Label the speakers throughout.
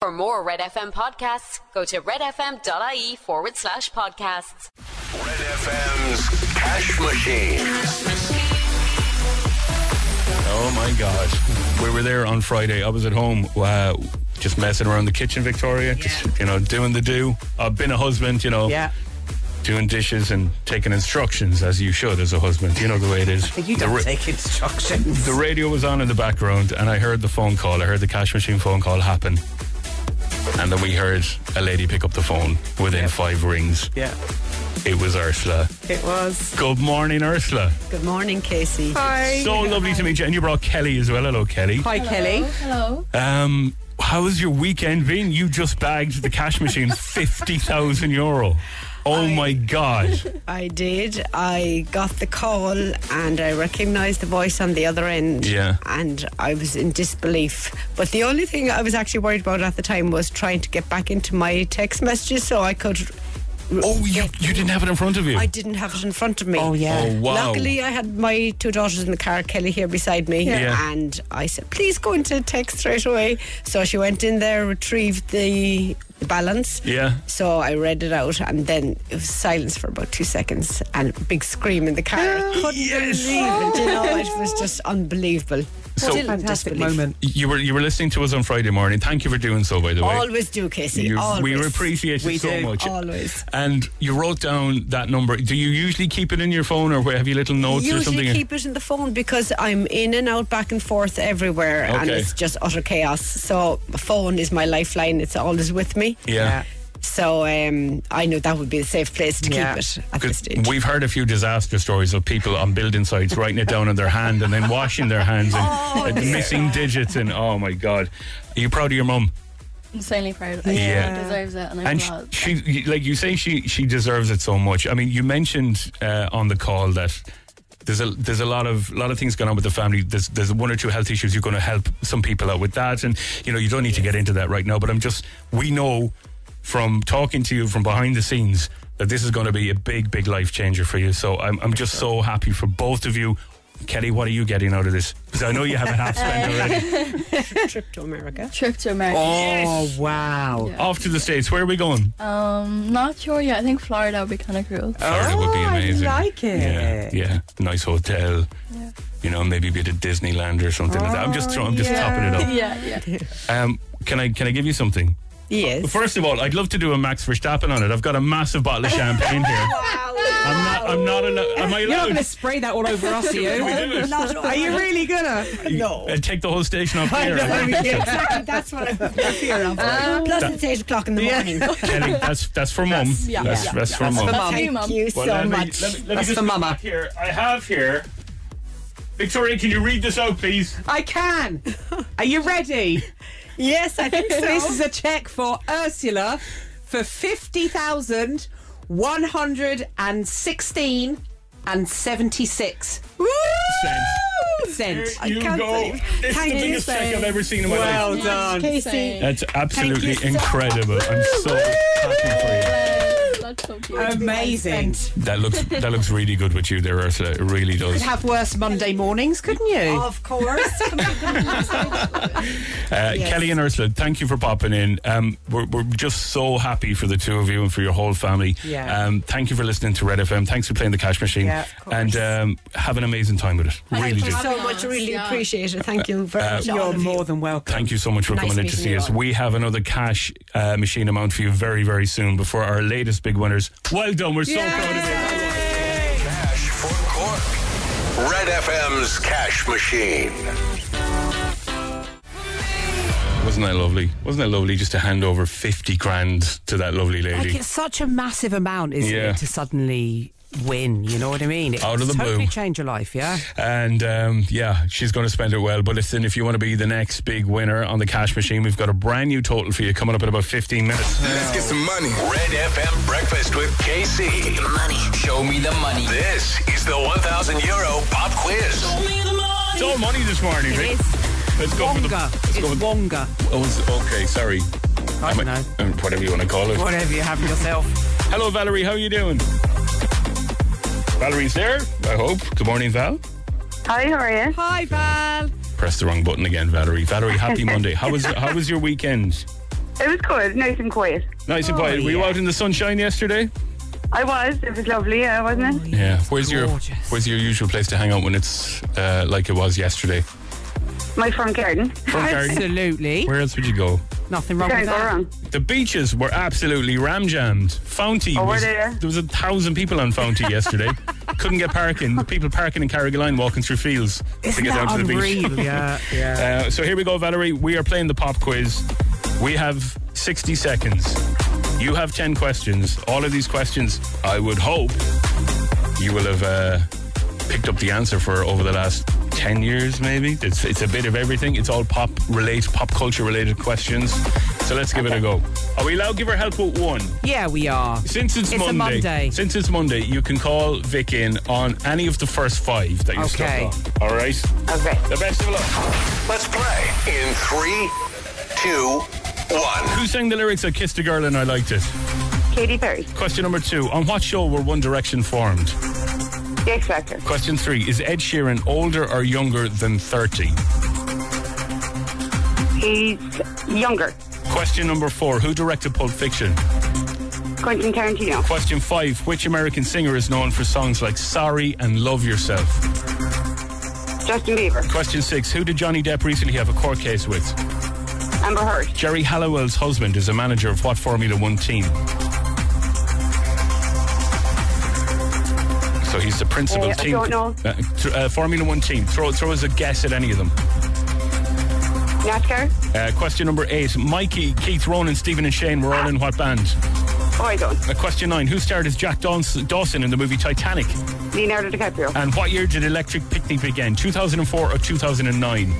Speaker 1: For more Red FM podcasts, go to redfm.ie forward slash podcasts.
Speaker 2: Red FM's Cash Machine.
Speaker 3: Oh my God. We were there on Friday. I was at home, uh, just messing around the kitchen, Victoria, just, you know, doing the do. I've been a husband, you know,
Speaker 4: Yeah.
Speaker 3: doing dishes and taking instructions as you should as a husband. You know the way it is.
Speaker 4: You
Speaker 3: The
Speaker 4: don't
Speaker 3: ra-
Speaker 4: take instructions.
Speaker 3: the radio was on in the background, and I heard the phone call. I heard the cash machine phone call happen. And then we heard a lady pick up the phone within five rings.
Speaker 4: yeah.
Speaker 3: It was Ursula.
Speaker 4: It was.
Speaker 3: Good morning, Ursula.
Speaker 5: Good morning, Casey.
Speaker 4: Hi.
Speaker 3: So lovely to meet you. And you brought Kelly as well. Hello, Kelly.
Speaker 4: Hi, Kelly.
Speaker 6: Hello.
Speaker 3: Um, how's your weekend been? You just bagged the cash machine fifty thousand euro. Oh my god!
Speaker 5: I did. I got the call and I recognised the voice on the other end.
Speaker 3: Yeah.
Speaker 5: And I was in disbelief. But the only thing I was actually worried about at the time was trying to get back into my text messages so I could.
Speaker 3: Oh, you you didn't have it in front of you.
Speaker 5: I didn't have it in front of me.
Speaker 4: Oh, yeah.
Speaker 3: Oh wow!
Speaker 5: Luckily, I had my two daughters in the car, Kelly here beside me,
Speaker 3: Yeah.
Speaker 5: and I said, "Please go into text straight away." So she went in there, retrieved the the balance.
Speaker 3: Yeah.
Speaker 5: So I read it out, and then it was silence for about two seconds, and a big scream in the car. I couldn't
Speaker 3: Ah, Yes.
Speaker 5: believe it. You know, it was just unbelievable.
Speaker 3: So-
Speaker 5: Still in
Speaker 4: Fantastic
Speaker 5: disbelief.
Speaker 4: moment.
Speaker 3: you were you were listening to us on Friday morning. Thank you for doing so, by the way.
Speaker 5: Always do, Casey.
Speaker 3: You-
Speaker 5: always.
Speaker 3: we appreciate it
Speaker 4: We
Speaker 3: so
Speaker 4: do,
Speaker 3: much.
Speaker 5: always.
Speaker 3: And you wrote down that number. Do you usually keep it in your phone, or where- have you little notes or
Speaker 5: usually
Speaker 3: something?
Speaker 5: keep it in the phone because I'm in and out, back and forth everywhere, and
Speaker 3: Okay.
Speaker 5: it's just utter chaos. So my phone is my lifeline; it's always with me.
Speaker 3: yeah.
Speaker 5: So um, I know that would be a safe place to
Speaker 4: Yeah.
Speaker 5: keep it at this
Speaker 3: 'Cause
Speaker 5: stage.
Speaker 3: We've heard a few disaster stories of people on building sites writing it down on their hand and then washing their hands and and missing digits and oh my god. Are you proud of your mum?
Speaker 6: Insanely proud.
Speaker 3: Yeah.
Speaker 6: She deserves it, and I'm
Speaker 3: And
Speaker 6: glad.
Speaker 3: she, she, like you say, she she deserves it so much. I mean, you mentioned uh, on the call that there's a there's a lot of lot of things going on with the family. There's there's one or two health issues. You're going to help some people out with that, and you know you don't need to get into that right now. But I'm just we know from talking to you from behind the scenes that this is going to be a big big life changer for you. So I'm I'm just so happy for both of you. Kelly, what are you getting out of this? Because I know you have a half spent already.
Speaker 5: trip to America.
Speaker 6: Trip to America.
Speaker 4: Oh, wow.
Speaker 3: Off to the states. Where are we going?
Speaker 6: Um, not sure yet. I think Florida would be kind of cool.
Speaker 3: Florida would be
Speaker 4: Oh, I
Speaker 3: amazing.
Speaker 4: like it.
Speaker 3: Yeah, yeah. Nice hotel. You know, maybe a bit of Disneyland or something like that. I'm just throwing, I'm just topping it
Speaker 6: yeah, Oh, yeah.
Speaker 3: up. Um, can I can I give you something?
Speaker 5: Yes.
Speaker 3: First of all, I'd love to do a Max Verstappen on it. I've got a massive bottle of champagne here. I'm not. I'm not allowed. Am I
Speaker 4: You're not
Speaker 3: allowed?
Speaker 4: going to spray that all over us, are
Speaker 3: Can we
Speaker 4: you?
Speaker 3: do it?
Speaker 5: Not
Speaker 4: Are you really gonna?
Speaker 5: No.
Speaker 3: I'd take the whole station off here.
Speaker 5: exactly. That's what I'm fear of.
Speaker 3: Uh,
Speaker 5: Plus, it's eight o'clock in the morning.
Speaker 3: Kelly, that's that's for mum. That's
Speaker 6: yeah.
Speaker 3: that's,
Speaker 6: Yeah.
Speaker 3: for mum.
Speaker 6: That's
Speaker 5: Thank
Speaker 6: you, Mum.
Speaker 5: you so
Speaker 3: let me,
Speaker 5: much.
Speaker 3: Let me, let me
Speaker 4: That's
Speaker 3: just
Speaker 4: for
Speaker 3: go
Speaker 4: mama.
Speaker 3: back Here, I have here. Victoria, can you read this out, please?
Speaker 4: I can. Are you ready?
Speaker 5: yes, I think so.
Speaker 4: This is a check for Ursula for fifty thousand one hundred and sixteen and seventy six cent.
Speaker 3: Here you
Speaker 5: can't
Speaker 3: go.
Speaker 5: believe-
Speaker 3: It's
Speaker 5: Thank
Speaker 3: the
Speaker 5: you,
Speaker 3: biggest check I've ever seen in my life.
Speaker 4: Well done.
Speaker 5: Casey.
Speaker 3: That's absolutely
Speaker 5: Thank you so
Speaker 3: incredible. I'm so happy
Speaker 6: That's so cute.
Speaker 4: Amazing.
Speaker 3: for you. That looks that looks really good with you there, Ursula. It really does.
Speaker 4: Have worse Monday mornings, couldn't you?
Speaker 5: Of course.
Speaker 3: Uh, Kelly and Ursula, thank you for popping in. Um, we're, we're just so happy for the two of you and for your whole family.
Speaker 4: Yeah.
Speaker 3: Um, thank you for listening to Red FM. Thanks for playing the cash machine.
Speaker 4: Yeah, of course.
Speaker 3: and um, have an amazing time with it. really do.
Speaker 5: Thank you so much. Really
Speaker 6: Yeah.
Speaker 5: appreciate it. Thank you very much. all
Speaker 4: You're
Speaker 5: of you.
Speaker 4: more than welcome.
Speaker 3: Thank you so much for
Speaker 5: Nice
Speaker 3: coming in to
Speaker 5: meeting
Speaker 3: see
Speaker 5: you
Speaker 3: us.
Speaker 5: all.
Speaker 3: We have another cash uh, machine amount for you very, very soon before our latest big winners. Well done. We're so proud of you.
Speaker 2: Cash for Cork. Red FM's Cash Machine.
Speaker 3: Wasn't that lovely? Wasn't that lovely just to hand over 50 grand to that lovely
Speaker 4: Like
Speaker 3: lady?
Speaker 4: it's such a massive amount, isn't
Speaker 3: Yeah.
Speaker 4: it, to suddenly win? You know what I mean? It
Speaker 3: Out of the
Speaker 4: totally
Speaker 3: blue.
Speaker 4: change your life, yeah.
Speaker 3: and um, yeah, she's going to spend it well. But listen, if you want to be the next big winner on the cash machine, we've got a brand new total for you coming up in about 15 minutes.
Speaker 7: Let's get some money.
Speaker 2: Red FM Breakfast with KC.
Speaker 7: Money. Show me the money.
Speaker 2: This is the 1,000 euro pop quiz.
Speaker 3: It's all money this morning, Vic. Let's go for the.
Speaker 4: Wonga.
Speaker 3: Let's
Speaker 4: It's
Speaker 3: go with,
Speaker 4: Wonga.
Speaker 3: oh, it's- okay, sorry.
Speaker 4: I don't
Speaker 3: Am
Speaker 4: know.
Speaker 3: um, Whatever you want to call it.
Speaker 4: Whatever you have yourself.
Speaker 3: Hello, Valerie. How you doing? Valerie's there, I hope. Good morning, Val.
Speaker 8: Hi, how are you?
Speaker 4: Hi, Val.
Speaker 3: Press the wrong button again, Valerie. Valerie, happy Monday. How was how was your weekend?
Speaker 8: It was good, nice and quiet.
Speaker 3: Nice
Speaker 4: Oh,
Speaker 3: and quiet. Were you out in the sunshine yesterday?
Speaker 8: I was. It was lovely, yeah, wasn't it?
Speaker 3: Yeah. Where's your
Speaker 4: gorgeous.
Speaker 3: Where's your usual place to hang out when it's uh, like it was yesterday?
Speaker 8: My front garden.
Speaker 3: Front garden.
Speaker 4: Absolutely.
Speaker 3: Where else would you go?
Speaker 4: Nothing wrong
Speaker 8: Can't
Speaker 4: with
Speaker 8: go
Speaker 4: that.
Speaker 8: wrong.
Speaker 3: The beaches were absolutely ram jammed. Founty
Speaker 4: Oh,
Speaker 8: were
Speaker 3: was
Speaker 8: they, yeah?
Speaker 3: there was a thousand people on Founty yesterday. Couldn't get parking. The people parking in Carrigaline walking through fields to
Speaker 4: Isn't
Speaker 3: get
Speaker 4: that
Speaker 3: down to the beach.
Speaker 4: unreal? yeah, yeah.
Speaker 3: Uh, so here we go, Valerie. We are playing the pop quiz. We have 60 seconds. You have 10 questions. All of these questions, I would hope you will have uh, picked up the answer for over the last 10 years, maybe. It's, it's a bit of everything. It's all pop related, pop culture related questions. So let's give it a go. Are we allowed to give her help with one?
Speaker 4: Yeah, we are.
Speaker 3: Since it's,
Speaker 4: It's a
Speaker 3: Monday,
Speaker 4: Monday.
Speaker 3: Since it's Monday, you can call Vic in on any of the first five that you're
Speaker 4: Okay.
Speaker 3: stuck on. All right?
Speaker 8: Okay.
Speaker 3: The best of luck.
Speaker 2: Let's play in three, two, one.
Speaker 3: Who sang the lyrics I Kissed a Girl and I Liked It?
Speaker 8: Katy Perry,
Speaker 3: Question number two. On what show were One Direction formed?
Speaker 8: The X Factor,
Speaker 3: Question three. Is Ed Sheeran older or younger than 30?
Speaker 8: he's younger.
Speaker 3: Question number four. Who directed Pulp Fiction?
Speaker 8: Quentin Tarantino,
Speaker 3: Question five. Which American singer is known for songs like Sorry and Love Yourself?
Speaker 8: Justin Bieber,
Speaker 3: Question six. Who did Johnny Depp recently have a court case with?
Speaker 8: Amber Heard,
Speaker 3: Jerry Halliwell's husband is a manager of what Formula One team? So he's the principal
Speaker 8: Uh, I
Speaker 3: team.
Speaker 8: don't know.
Speaker 3: Uh, th- uh, Formula One team. Throw, throw us a guess at any of them.
Speaker 8: NASCAR.
Speaker 3: Uh, question number eight. Mikey, Keith, Ronan, Stephen, and Shane were all in what band?
Speaker 8: Oh, I don't.
Speaker 3: Uh, question nine. Who starred as Jack Daws- Dawson in the movie Titanic?
Speaker 8: Leonardo DiCaprio,
Speaker 3: And what year did Electric Picnic begin? 2004 or 2009?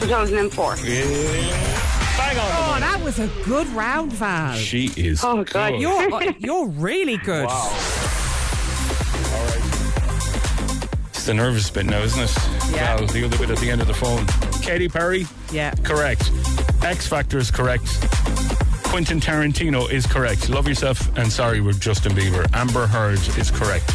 Speaker 8: 2004.
Speaker 3: Bang
Speaker 4: Oh,
Speaker 3: on!
Speaker 4: that was a good round, Val.
Speaker 3: She is.
Speaker 8: Oh, God,
Speaker 3: good.
Speaker 8: you're-
Speaker 4: You're, uh, you're really good.
Speaker 3: It's the nervous bit now, isn't it?
Speaker 4: Yeah.
Speaker 3: Val, the other bit at the end of the phone. Katy Perry?
Speaker 4: Yeah.
Speaker 3: Correct. X Factor is correct. Quentin Tarantino is correct. Love Yourself and Sorry with Justin Bieber. Amber Heard is correct.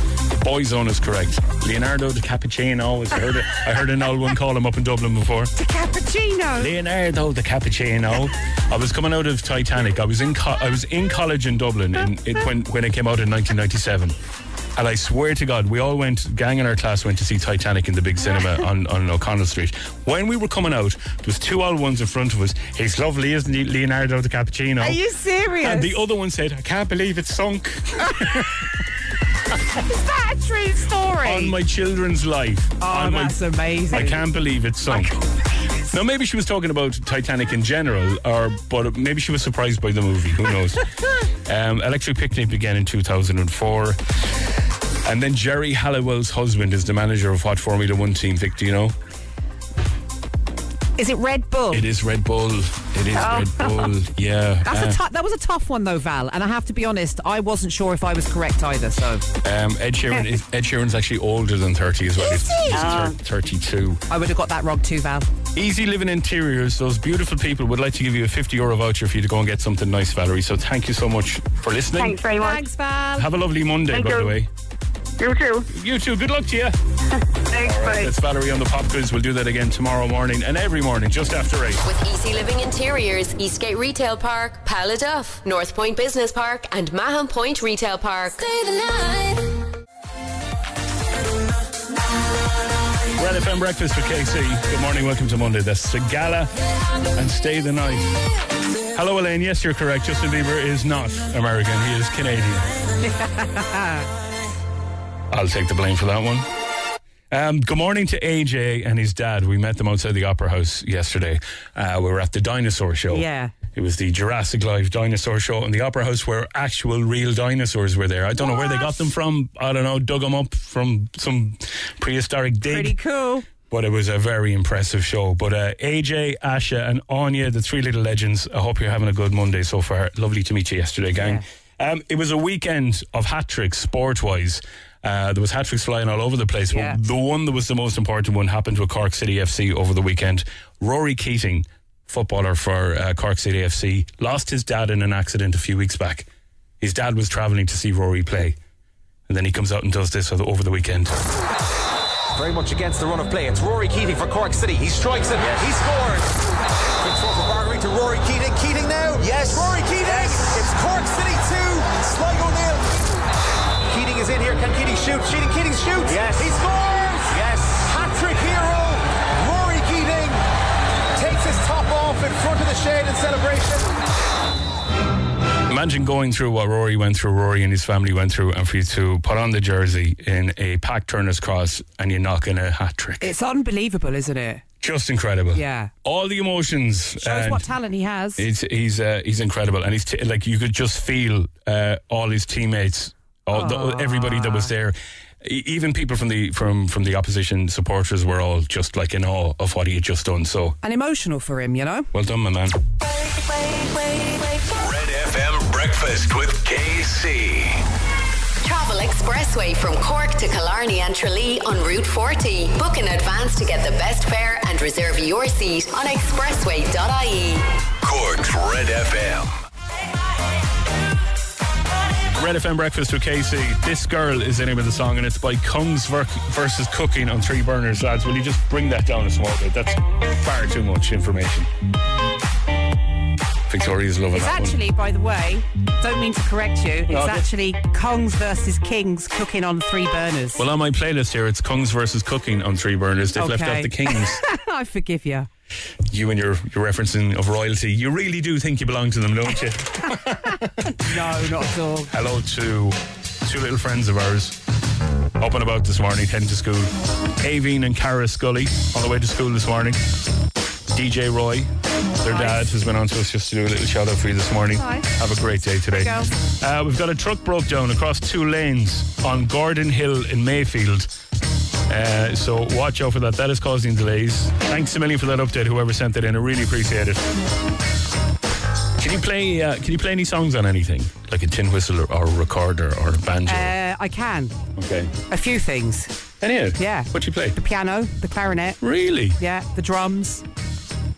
Speaker 3: Boyzone is correct. Leonardo DiCappuccino is heard. it. I heard an old one call him up in Dublin before.
Speaker 4: Cappuccino.
Speaker 3: Leonardo DiCappuccino. I was coming out of Titanic. I was in co- I was in college in Dublin in, it, when when it came out in 1997. And I swear to God, we all went, gang in our class went to see Titanic in the big cinema on, on O'Connell Street. When we were coming out, there was two old ones in front of us. He's lovely, isn't he, Leonardo DiCappuccino?
Speaker 4: Are you serious?
Speaker 3: and the other one said, I can't believe it's sunk
Speaker 4: Is that a true story?
Speaker 3: on my children's life.
Speaker 4: oh,
Speaker 3: on my
Speaker 4: that's amazing.
Speaker 3: I can't believe it's sunk. Now maybe she was talking about Titanic in general, or but maybe she was surprised by the movie. Who knows? um, Electric Picnic began in 2004, and then Jerry Halliwell's husband is the manager of what Formula One team? Vic, do you know?
Speaker 4: Is it Red Bull?
Speaker 3: It is Red Bull. It is Red Bull. Yeah.
Speaker 4: Oh. That's
Speaker 3: Uh,
Speaker 4: a tou- that was a tough one though, Val. And I have to be honest, I wasn't sure if I was correct either. So
Speaker 3: um, Ed Sheeran. Is, Ed Sheeran's actually older than 30 as well. He's, he's
Speaker 4: Oh.
Speaker 3: thir- 32.
Speaker 4: I would have got that wrong too, Val.
Speaker 3: Easy Living Interiors, those beautiful people would like to give you a 50 euro voucher for you to go and get something nice, Valerie. So thank you so much for listening.
Speaker 8: Thanks very much.
Speaker 4: Thanks, Val.
Speaker 3: Have a lovely Monday,
Speaker 8: Thank
Speaker 3: by the
Speaker 8: you.
Speaker 3: way.
Speaker 8: You too.
Speaker 3: You too. Good luck to you.
Speaker 8: Thanks, bye.
Speaker 3: That's Valerie on the Pop Quiz. We'll do that again tomorrow morning and every morning just after 8.
Speaker 1: With Easy Living Interiors, Eastgate Retail Park, Paladuff, North Point Business Park, and Mahon Point Retail Park.
Speaker 3: Red FM Breakfast with KC. Good morning. Welcome to Monday. That's Sagala and Stay the Night. Hello, Elaine. Yes, you're correct. Justin Bieber is not American. He is Canadian. I'll take the blame for that one. Um, good morning to AJ and his dad. We met them outside the Opera House yesterday. Uh, we were at the dinosaur show.
Speaker 4: Yeah.
Speaker 3: It was the Jurassic Live dinosaur show in the Opera House where actual real dinosaurs were there. I don't know where they got them from. I don't know. Dug them up from some prehistoric dig.
Speaker 4: Pretty cool.
Speaker 3: But it was a very impressive show. But uh, AJ, Asha, and Anya, the three little legends, I hope you're having a good Monday so far. Lovely to meet you yesterday, gang. Um, it was a weekend of hat tricks, sport wise. Uh, there was hat tricks flying all over the place.
Speaker 4: Yeah.
Speaker 3: But the one that was the most important one happened with Cork City FC over the weekend. Rory Keating, footballer for uh, Cork City FC, lost his dad in an accident a few weeks back. His dad was travelling to see Rory play. And then he comes out and does this over the- over the weekend.
Speaker 9: Very much against the run of play. It's Rory Keating for Cork City. He strikes it. He scores. Big throw for Bargery to Rory Keating. Keating now. Yes, shoots. Sheeting Keating shoots.
Speaker 2: Yes.
Speaker 9: He scores.
Speaker 2: Yes.
Speaker 9: Hat trick hero. Rory Keating takes his top off in front of the shade in celebration.
Speaker 3: Imagine going through what Rory went through, Rory and his family went through, and for you to put on the jersey in a Pack Turner's cross and you're knocking a hat trick.
Speaker 10: It's unbelievable, isn't it?
Speaker 3: Just incredible.
Speaker 10: Yeah.
Speaker 3: All the emotions.
Speaker 10: Shows
Speaker 3: and
Speaker 10: what talent he has.
Speaker 3: it's, he's uh, he's incredible, and he's t- like you could just feel uh, all his teammates, all the, everybody that was there, E- even people from the from from the opposition supporters were all just like in awe of what he had just done. So
Speaker 10: and emotional for him, you know?
Speaker 3: well done, my man.
Speaker 2: Red FM Breakfast with KC.
Speaker 1: Travel Expressway from Cork to Killarney and Tralee on Route 40. Book in advance to get the best fare and reserve your seat on expressway.ie.
Speaker 2: Cork's Red FM.
Speaker 3: Red FM Breakfast with Casey. This girl is the name of the song, and it's by Kungs ver- versus Cooking on Three Burners. Lads, will you just bring that down a small bit? That's far too much information. Victoria's loving
Speaker 10: It's
Speaker 3: that one.
Speaker 10: actually, by the way, don't mean to correct you, it's
Speaker 3: okay.
Speaker 10: actually Kongs versus Kings cooking on three burners.
Speaker 3: Well, on my playlist here, it's Kungs versus Cooking on Three Burners. They've left
Speaker 10: Okay.
Speaker 3: out the Kings.
Speaker 10: I forgive you.
Speaker 3: you and your, your referencing of royalty. You really do think you belong to them, don't you?
Speaker 10: No, not at all.
Speaker 3: Hello to two little friends of ours. Up and about this morning, heading to school. Aveen and Cara Scully on the way to school this morning. DJ Roy, their dad, has been on to us just to do a little shout out for you this morning. Have a great day today. Uh, we've got a truck broke down across two lanes on Gordon Hill in Mayfield. Uh, so watch out for that. That is causing delays. Thanks a million for that update. Whoever sent it in, I really appreciate it. Can you play? Uh, can you play any songs on anything, like a tin whistle or, or a recorder or a banjo?
Speaker 10: Uh, I can.
Speaker 3: okay.
Speaker 10: A few things.
Speaker 3: Any?
Speaker 10: Yeah.
Speaker 3: What you play?
Speaker 10: The piano, the clarinet,
Speaker 3: Really?
Speaker 10: yeah, the drums,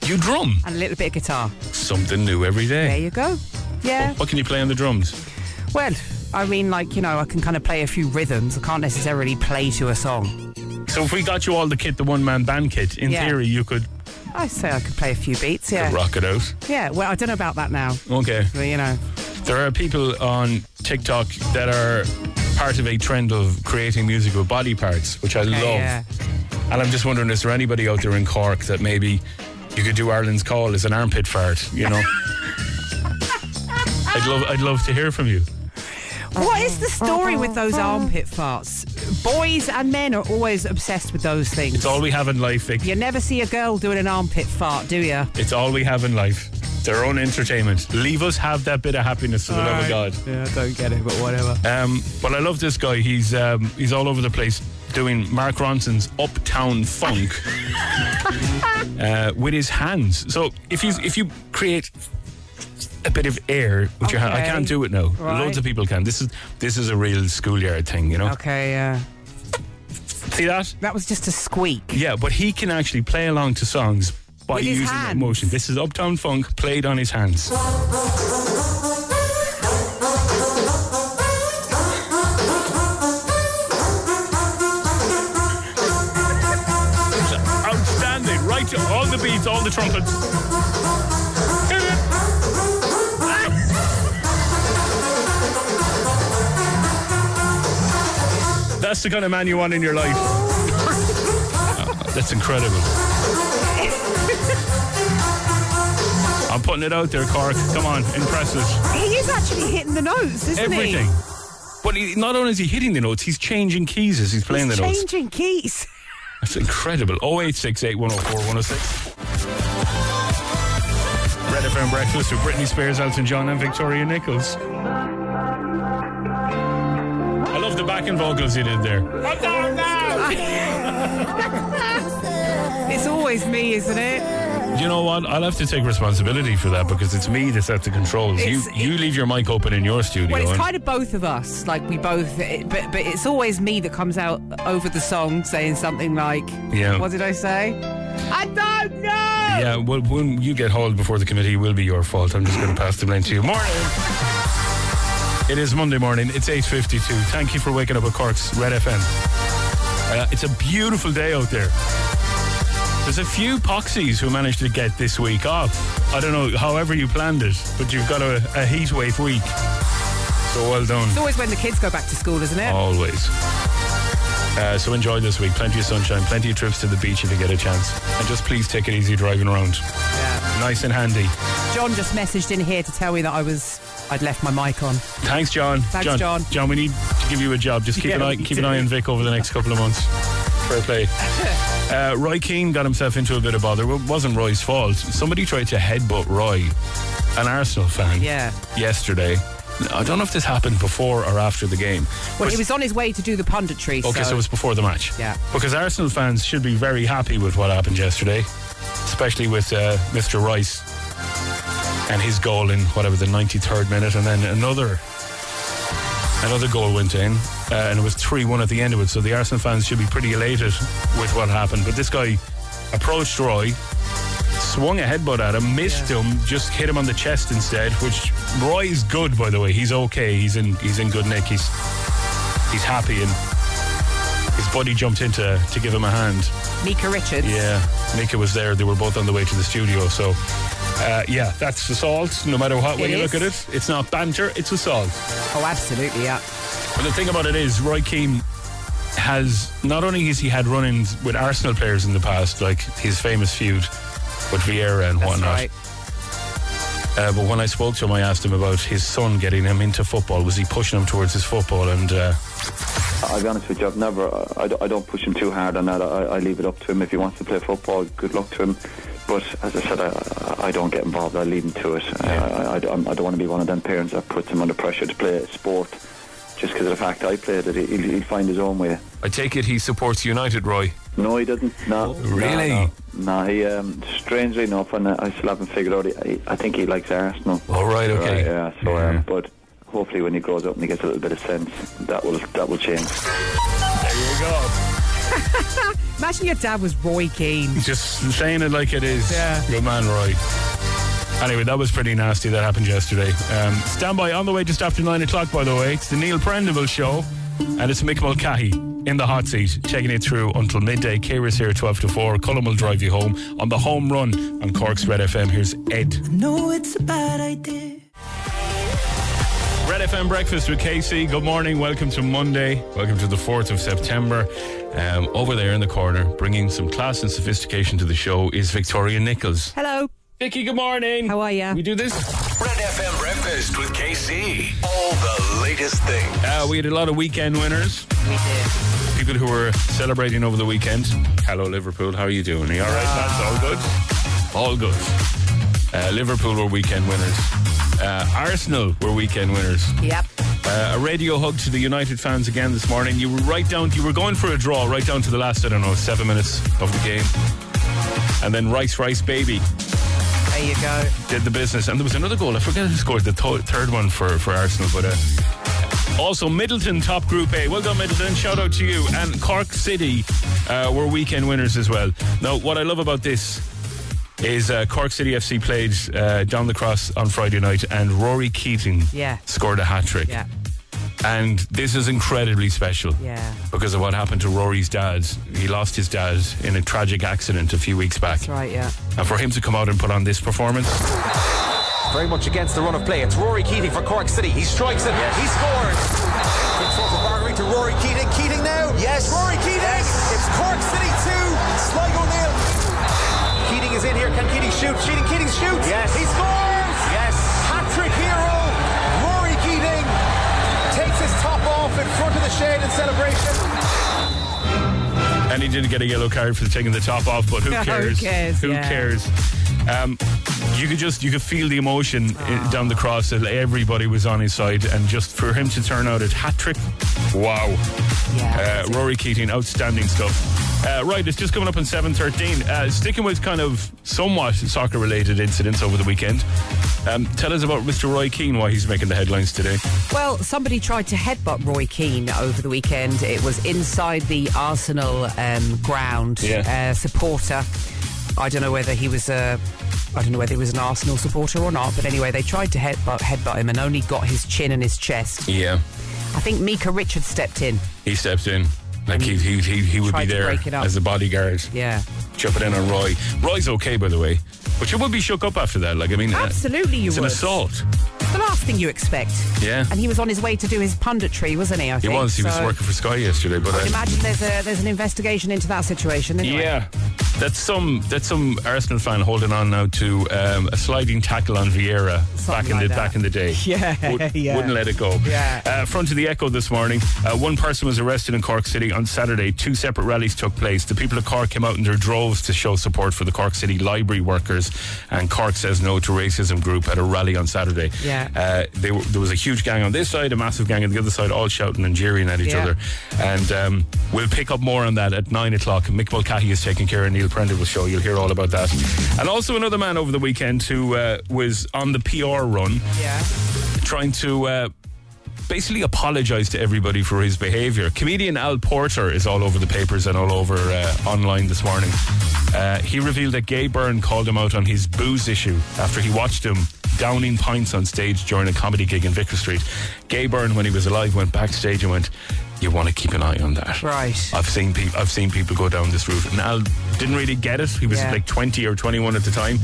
Speaker 3: You drum?
Speaker 10: and a little bit of guitar.
Speaker 3: Something new every
Speaker 10: There
Speaker 3: day.
Speaker 10: you go. Yeah.
Speaker 3: What can you play on the drums?
Speaker 10: Well, I mean, like, you know, I can kind of play a few rhythms. I can't necessarily play to a song.
Speaker 3: So if we got you all the kit, the one man band kit, in
Speaker 10: Yeah.
Speaker 3: theory you could
Speaker 10: I say I could play a few beats, yeah.
Speaker 3: rock it out.
Speaker 10: Yeah, well, I don't know about that now,
Speaker 3: Okay.
Speaker 10: but, you know.
Speaker 3: There are people on TikTok that are part of a trend of creating music with body parts, which I
Speaker 10: Okay,
Speaker 3: love.
Speaker 10: yeah.
Speaker 3: And I'm just wondering, is there anybody out there in Cork that maybe you could do Ireland's call as an armpit fart? You know, I'd love, I'd love to hear from you.
Speaker 10: What is the story with those armpit farts? Boys and men are always obsessed with those things.
Speaker 3: It's all we have in life, Vic.
Speaker 10: you never see a girl doing an armpit fart, do you?
Speaker 3: It's all we have in life. It's our own entertainment. Leave us have that bit of happiness to the love of God.
Speaker 10: Yeah, I don't get it, but whatever.
Speaker 3: Um, but I love this guy. He's um, he's all over the place doing Mark Ronson's Uptown Funk uh, with his hands. So if you if you create a bit of air with your hand, I
Speaker 10: Okay.
Speaker 3: can't do it now.
Speaker 10: Right.
Speaker 3: Loads of people can. This is this is a real schoolyard thing, you know.
Speaker 10: Okay, yeah.
Speaker 3: See that?
Speaker 10: That was just a squeak.
Speaker 3: Yeah, but he can actually play along to songs by
Speaker 10: With his
Speaker 3: using that
Speaker 10: hands.
Speaker 3: motion. This is Uptown Funk played on his hands. Outstanding, right to all the beats, all the trumpets. That's the kind of man you want in your life. That's incredible. I'm putting it out there, Cork. Come on, impress us.
Speaker 10: He is actually hitting the notes, isn't
Speaker 3: Everything.
Speaker 10: he?
Speaker 3: But he, not only is he hitting the notes, he's changing keys as he's playing
Speaker 10: He's
Speaker 3: the notes.
Speaker 10: changing keys.
Speaker 3: That's incredible. Oh, 0868 104 106. Red FM Breakfast with Britney Spears, Elton John, and Victoria Nichols. I love the backing vocals you did there.
Speaker 10: It's always me, isn't it?
Speaker 3: You know what? I'll have to take responsibility for that because it's me that's at the controls. You
Speaker 10: It's-
Speaker 3: you leave your mic open in your studio.
Speaker 10: Well, it's
Speaker 3: and-
Speaker 10: kind of both of us. Like we both, it, but but it's always me that comes out over the song saying something like,
Speaker 3: Yeah.
Speaker 10: What did I say? I don't know."
Speaker 3: yeah, well, when you get hauled before the committee, it will be your fault. I'm just going to pass the blame to you. Morning. It is Monday morning. It's 8.52. Thank you for waking up at Cork's Red FM. Uh, it's a beautiful day out there. There's a few poxies who managed to get this week off. I don't know, however you planned it, but you've got a, a heat wave week. So well done.
Speaker 10: It's always when the kids go back to school, isn't it?
Speaker 3: Always. Uh, so enjoy this week. Plenty of sunshine, plenty of trips to the beach if you get a chance. And just please take it easy driving around. Nice and handy.
Speaker 10: John just messaged in here to tell me that I was I'd left my mic on.
Speaker 3: Thanks, John.
Speaker 10: Thanks,
Speaker 3: John.
Speaker 10: John.
Speaker 3: we need to give you a job. Just keep an
Speaker 10: Yeah,
Speaker 3: eye,
Speaker 10: we
Speaker 3: keep an
Speaker 10: do.
Speaker 3: eye on Vic over the next couple of months. Fair play. Uh, Roy Keane got himself into a bit of bother. It wasn't Roy's fault. Somebody tried to headbutt Roy, an Arsenal fan.
Speaker 10: Yeah.
Speaker 3: Yesterday, I don't know if this happened before or after the game.
Speaker 10: Well,
Speaker 3: But-
Speaker 10: he was on his way to do the punditry.
Speaker 3: Okay, so, Oh, it was before the match.
Speaker 10: Yeah.
Speaker 3: Because Arsenal fans should be very happy with what happened yesterday, especially with uh, Mr. Rice and his goal in whatever the 93rd minute, and then another another goal went in, uh, and it was 3 1 at the end of it. So the Arsenal fans should be pretty elated with what happened. But this guy approached Roy. Swung a headbutt at him, missed him, just hit him on the chest instead. Which Roy's good, by the way. He's okay. He's in. He's in good nick. He's he's happy and his buddy jumped in to, to give him a hand.
Speaker 10: Mika Richards.
Speaker 3: Yeah, Mika was there. They were both on the way to the studio. So, uh, yeah, that's assault. No matter what way
Speaker 10: It
Speaker 3: you
Speaker 10: is.
Speaker 3: look at it, it's not banter. It's assault.
Speaker 10: Oh, absolutely, yeah.
Speaker 3: But the thing about it is, Roy Keane has not only has he had run-ins with Arsenal players in the past, like his famous feud with Vieira and
Speaker 10: That's
Speaker 3: whatnot.
Speaker 10: right.
Speaker 3: Uh, but when I spoke to him, I asked him about his son getting him into football. Was he pushing him towards his football? And uh,
Speaker 11: I'll be honest with you, I've never, I, I don't push him too hard on that. I, I leave it up to him. If he wants to play football, good luck to him. But as I said, I, I don't get involved. I leave him to it. I, I, I don't I don't want to be one of them parents that puts him under pressure to play a sport just because of the fact I played it. He'll, he'll find his own way.
Speaker 3: I take it he supports United, Roy.
Speaker 11: No, he doesn't. No,
Speaker 3: really?
Speaker 11: No, no. No, he. Um, strangely enough, and I still haven't figured out. He, I think he likes Arsenal.
Speaker 3: All right, okay.
Speaker 11: yeah. So, Um, but hopefully, when he grows up and he gets a little bit of sense, that will that will change.
Speaker 3: There you go.
Speaker 10: Imagine your dad was Roy Keane.
Speaker 3: Just saying it like it is.
Speaker 10: Yeah.
Speaker 3: Good man, Roy. Anyway, that was pretty nasty. That happened yesterday. Um, stand by on the way just after nine o'clock, by the way. It's the Neil Prendeville show, and it's Mick Mulcahy in the hot seat, checking it through until midday. Kira's here 12 to 4. Colin will drive you home on the home run on Cork's Red FM. Here's Ed.
Speaker 12: No, it's a bad idea.
Speaker 3: Red FM Breakfast with Casey. Good morning. Welcome to Monday. Welcome to the 4th of September. Um, over there in the corner, bringing some class and sophistication to the show, is Victoria Nichols.
Speaker 10: Hello.
Speaker 3: Vicky, good morning. How
Speaker 10: are you?
Speaker 3: We do this?
Speaker 2: Red FM Breakfast with KC. All the latest things.
Speaker 3: Uh, we had a lot of weekend winners. We did. People who were celebrating over the weekend. Hello, Liverpool. How are you doing? Are you all right, lads? All good? All good. Uh, Liverpool were weekend winners. Uh, Arsenal were weekend winners.
Speaker 10: Yep.
Speaker 3: Uh, a radio hug to the United fans again this morning. You were right down. You were going for a draw right down to the last. I don't know seven minutes of the game, and then Rice Rice Baby
Speaker 10: There you go.
Speaker 3: did the business. And there was another goal. I forget who scored the th- third one for, for Arsenal, but uh, also Middleton top Group A. Well done, Middleton. Shout out to you. And Cork City uh, were weekend winners as well. Now, what I love about this is uh, Cork City FC played uh, down the cross on Friday night, and Rory Keating
Speaker 10: Yeah.
Speaker 3: scored a hat trick.
Speaker 10: Yeah.
Speaker 3: And this is incredibly special
Speaker 10: Yeah.
Speaker 3: because of what happened to Rory's dad. He lost his dad in a tragic accident a few weeks back.
Speaker 10: That's right, yeah.
Speaker 3: And for him to come out and put on this performance,
Speaker 9: Very much against the run of play. It's Rory Keating for Cork City. He strikes it. He scores. Good throw from Bargery to Rory Keating. Keating now. Yes. Rory Keating. It's Cork City 2, Sligo nil. Keating is in here. Can Keating shoot? Keating, Keating shoots. Yes. He scores. Yes. Hat trick hero. Rory Keating takes his top off in front of the shade in celebration.
Speaker 3: and he didn't get a yellow card for taking the top off. But who
Speaker 10: Who
Speaker 3: cares?
Speaker 10: cares,
Speaker 3: Who
Speaker 10: yeah.
Speaker 3: cares? Um, you could just you could feel the emotion
Speaker 10: Ah.
Speaker 3: i down the cross. that Everybody was on his side, and just for him to turn out a hat trick, wow!
Speaker 10: Yeah.
Speaker 3: Uh, Rory Keating, outstanding stuff. Uh, right, it's just coming up on seven thirteen. Uh, sticking with kind of somewhat soccer related incidents over the weekend. Um, tell us about Mr. Roy Keane, why he's making the headlines today.
Speaker 10: Well, somebody tried to headbutt Roy Keane over the weekend. It was inside the Arsenal um, ground.
Speaker 3: Yeah.
Speaker 10: Uh, supporter. I don't know whether he was a. I don't know whether he was an Arsenal supporter or not, but anyway, they tried to headbutt, headbutt him and only got his chin and his chest.
Speaker 3: Yeah,
Speaker 10: I think Mika Richards stepped in.
Speaker 3: he stepped in. Like he, he, he, he would
Speaker 10: Tried
Speaker 3: be
Speaker 10: to
Speaker 3: there
Speaker 10: break it up.
Speaker 3: as a bodyguard.
Speaker 10: Yeah.
Speaker 3: jumping in on Roy. Roy's okay, by the way, but you would be shook up after that. Like, I mean, uh,
Speaker 10: Absolutely, you
Speaker 3: it's an
Speaker 10: would.
Speaker 3: assault.
Speaker 10: The last thing you expect.
Speaker 3: Yeah.
Speaker 10: And he was on his way to do his punditry, wasn't he? I
Speaker 3: He
Speaker 10: think.
Speaker 3: was. He was
Speaker 10: So,
Speaker 3: working for Sky yesterday, but.
Speaker 10: I'd
Speaker 3: uh,
Speaker 10: imagine there's a there's an investigation into that situation. Anyway.
Speaker 3: Yeah, that's some that's some Arsenal fan holding on now to um, a sliding tackle on Vieira back in
Speaker 10: like
Speaker 3: the
Speaker 10: that.
Speaker 3: back in the day.
Speaker 10: Yeah,
Speaker 3: Would,
Speaker 10: yeah.
Speaker 3: wouldn't let it go.
Speaker 10: Yeah.
Speaker 3: Uh, front of the Echo this morning, uh, one person was arrested in Cork City on Saturday. Two separate rallies took place. The people of Cork came out in their droves to show support for the Cork City library workers, and Cork says no to racism group at a rally on Saturday.
Speaker 10: Yeah.
Speaker 3: Uh, they were, there was a huge gang on this side, a massive gang on the other side, all shouting and jeering at each
Speaker 10: Yeah.
Speaker 3: other. And um, we'll pick up more on that at nine o'clock. Mick Mulcahy is taking care of Neil Prender will show. You'll hear all about that. And also another man over the weekend who uh, was on the PR run,
Speaker 10: yeah,
Speaker 3: trying to. Uh, Basically, apologise to everybody for his behaviour. Comedian Al Porter is all over the papers and all over uh, online this morning. Uh, he revealed that Gay Byrne called him out on his booze issue after he watched him downing pints on stage during a comedy gig in Vicar Street. Gay Byrne, when he was alive, went backstage and went, "You want to keep an eye on that."
Speaker 10: Right.
Speaker 3: I've seen people. I've seen people go down this route, and Al didn't really get it. He was
Speaker 10: Yeah.
Speaker 3: like 20 or 21 at the time,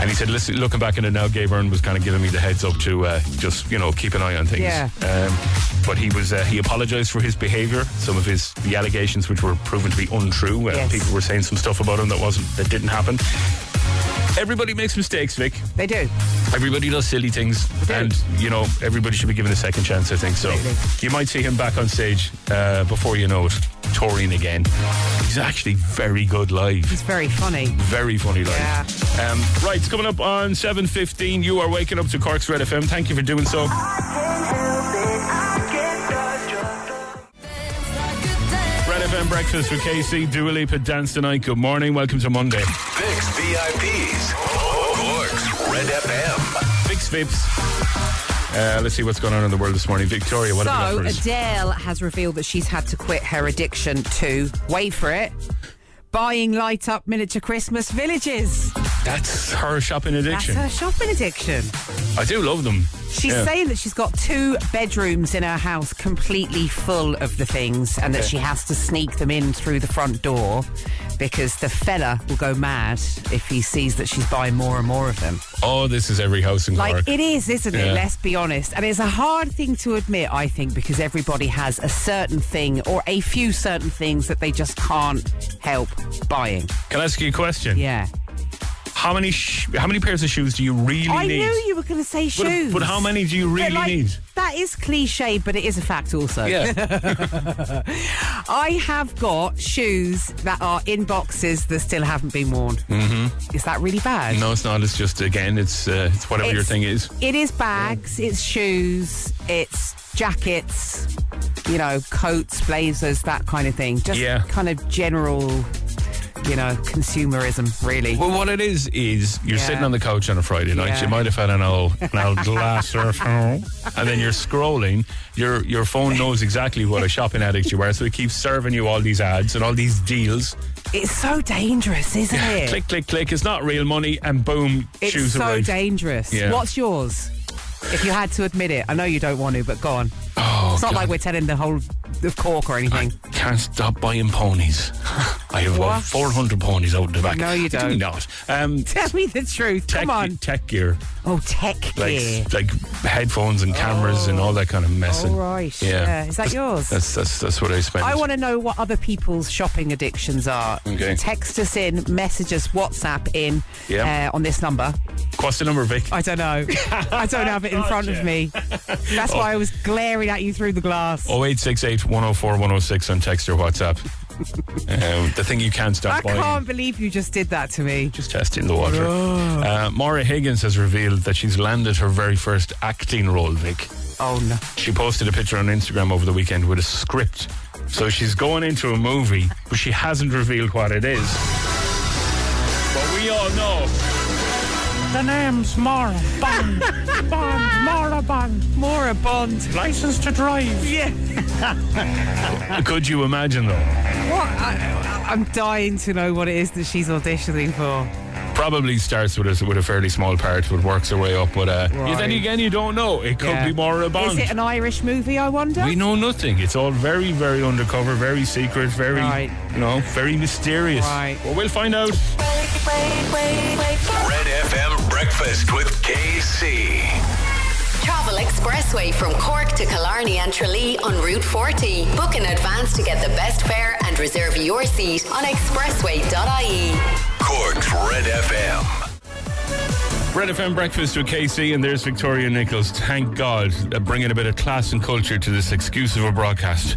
Speaker 3: and he said, "Listen, looking back at it now, Gay Byrne was kind of giving me the heads up to uh, just you know keep an eye on things."
Speaker 10: Yeah.
Speaker 3: Um, but he was uh, he apologized for his behavior. Some of his the allegations, which were proven to be untrue, uh,
Speaker 10: Yes.
Speaker 3: people were saying some stuff about him that wasn't that didn't happen. Everybody makes mistakes, Vic.
Speaker 10: They do.
Speaker 3: Everybody does silly things, and you know everybody should be given a second chance. I think so. You might see him back on stage uh, before you know it, touring again. He's actually very good live.
Speaker 10: It's very funny.
Speaker 3: Very funny live. Um, right, it's coming up on seven fifteen. You are waking up to Cork's Red FM. Thank you for doing so. Red FM breakfast with Casey Dua Lipa dance tonight. Good morning. Welcome to Monday.
Speaker 2: VIX VIPs. Cork's Red FM.
Speaker 3: Vix Vips. Uh, let's see what's going on in the world this morning. Victoria, what have you
Speaker 10: So
Speaker 3: got for us?
Speaker 10: Adele has revealed that she's had to quit her addiction to wait for it. Buying light up miniature Christmas villages.
Speaker 3: That's her shopping
Speaker 10: That's
Speaker 3: addiction.
Speaker 10: her shopping addiction.
Speaker 3: I do love them.
Speaker 10: She's
Speaker 3: Yeah.
Speaker 10: saying that she's got two bedrooms in her house completely full of the things and that
Speaker 3: Okay.
Speaker 10: she has to sneak them in through the front door because the fella will go mad if he sees that she's buying more and more of them.
Speaker 3: Oh, this is every house in Cork.
Speaker 10: Like it is, isn't
Speaker 3: Yeah.
Speaker 10: it? Let's be honest. And it's a hard thing to admit, I think, because everybody has a certain thing or a few certain things that they just can't help buying.
Speaker 3: Can I ask you a question?
Speaker 10: Yeah.
Speaker 3: How many sh- how many pairs of shoes do you really
Speaker 10: I
Speaker 3: need?
Speaker 10: knew you were going to say
Speaker 3: But-
Speaker 10: shoes.
Speaker 3: But, how many do you
Speaker 10: But,
Speaker 3: really
Speaker 10: like,
Speaker 3: need?
Speaker 10: That is cliche, but it is a fact also.
Speaker 3: Yeah.
Speaker 10: I have got shoes that are in boxes that still haven't been worn. Mm-hmm. Is that really bad?
Speaker 3: no, it's not. It's just again, it's uh, it's whatever your
Speaker 10: It's-
Speaker 3: thing is.
Speaker 10: It is bags, it's shoes, it's jackets, you know, coats, blazers, that kind of thing. Just
Speaker 3: Yeah.
Speaker 10: kind of general, you know, consumerism, really.
Speaker 3: Well, what it is is you're
Speaker 10: Yeah.
Speaker 3: sitting on the couch on a Friday night.
Speaker 10: Yeah.
Speaker 3: You might have had an old, an old glass or phone, and then you're scrolling. Your your phone knows exactly what a shopping addict you are, so it keeps serving you all these ads and all these deals.
Speaker 10: It's so dangerous, isn't it?
Speaker 3: Click, click, click. It's not real money, and boom,
Speaker 10: it's
Speaker 3: shoes
Speaker 10: so
Speaker 3: arrive.
Speaker 10: dangerous.
Speaker 3: Yeah.
Speaker 10: What's yours? If you had to admit it, I know you don't want to, but go on.
Speaker 3: Oh,
Speaker 10: it's not
Speaker 3: God.
Speaker 10: like we're telling the whole of Cork or anything.
Speaker 3: Can't stop buying ponies. I have about
Speaker 10: What?
Speaker 3: 400 ponies out in the back.
Speaker 10: No, you
Speaker 3: Do
Speaker 10: don't.
Speaker 3: not. Um,
Speaker 10: Tell me the truth.
Speaker 3: tech,
Speaker 10: Come on.
Speaker 3: tech gear,
Speaker 10: Oh, tech
Speaker 3: like
Speaker 10: gear.
Speaker 3: like headphones and cameras and all that kind of mess.
Speaker 10: All
Speaker 3: and-
Speaker 10: right.
Speaker 3: Yeah.
Speaker 10: Yeah. Is that
Speaker 3: That's-
Speaker 10: yours?
Speaker 3: That's that's that's what I spend.
Speaker 10: I want to know what other people's shopping addictions are.
Speaker 3: Okay.
Speaker 10: Text us in, message us, WhatsApp in
Speaker 3: Yeah.
Speaker 10: uh, on this number.
Speaker 3: What's the number, Vic?
Speaker 10: I don't know. I don't have it in front of me. That's why I
Speaker 3: Oh.
Speaker 10: was glaring at you through the glass.
Speaker 3: 0868 104 106 on oh text or WhatsApp. um, the thing you can't stop
Speaker 10: I
Speaker 3: buying.
Speaker 10: can't believe you just did that to me.
Speaker 3: Just testing the water. Uh, Maura Higgins has revealed that she's landed her very first acting role, Vic.
Speaker 10: Oh no.
Speaker 3: She posted a picture on Instagram over the weekend with a script. So she's going into a movie, but she hasn't revealed what it is. But we all know.
Speaker 13: The name's Mara Bond. Bond, Mara Bond.
Speaker 10: Maura Bond.
Speaker 13: License to drive.
Speaker 10: Yeah.
Speaker 3: Could you imagine, though?
Speaker 10: What? I, I'm dying to know what it is that she's auditioning for.
Speaker 3: Probably starts with a, with a fairly small part, but works her way up. But uh,
Speaker 10: Right.
Speaker 3: then again, you don't know. It could
Speaker 10: Yeah.
Speaker 3: be Maura Bond.
Speaker 10: Is it an Irish movie? I wonder.
Speaker 3: We know nothing. It's all very, very undercover, very secret, very,
Speaker 10: Right.
Speaker 3: you know, very mysterious.
Speaker 10: Right.
Speaker 3: Well, we'll find out.
Speaker 2: Red FM breakfast with KC.
Speaker 1: expressway from Cork to Killarney and Tralee on Route 40. Book in advance to get the best fare and reserve your seat on expressway.ie.
Speaker 2: Cork's Red FM.
Speaker 3: Red FM breakfast with KC, and there's Victoria Nichols. Thank God, uh, bringing a bit of class and culture to this excuse of a broadcast.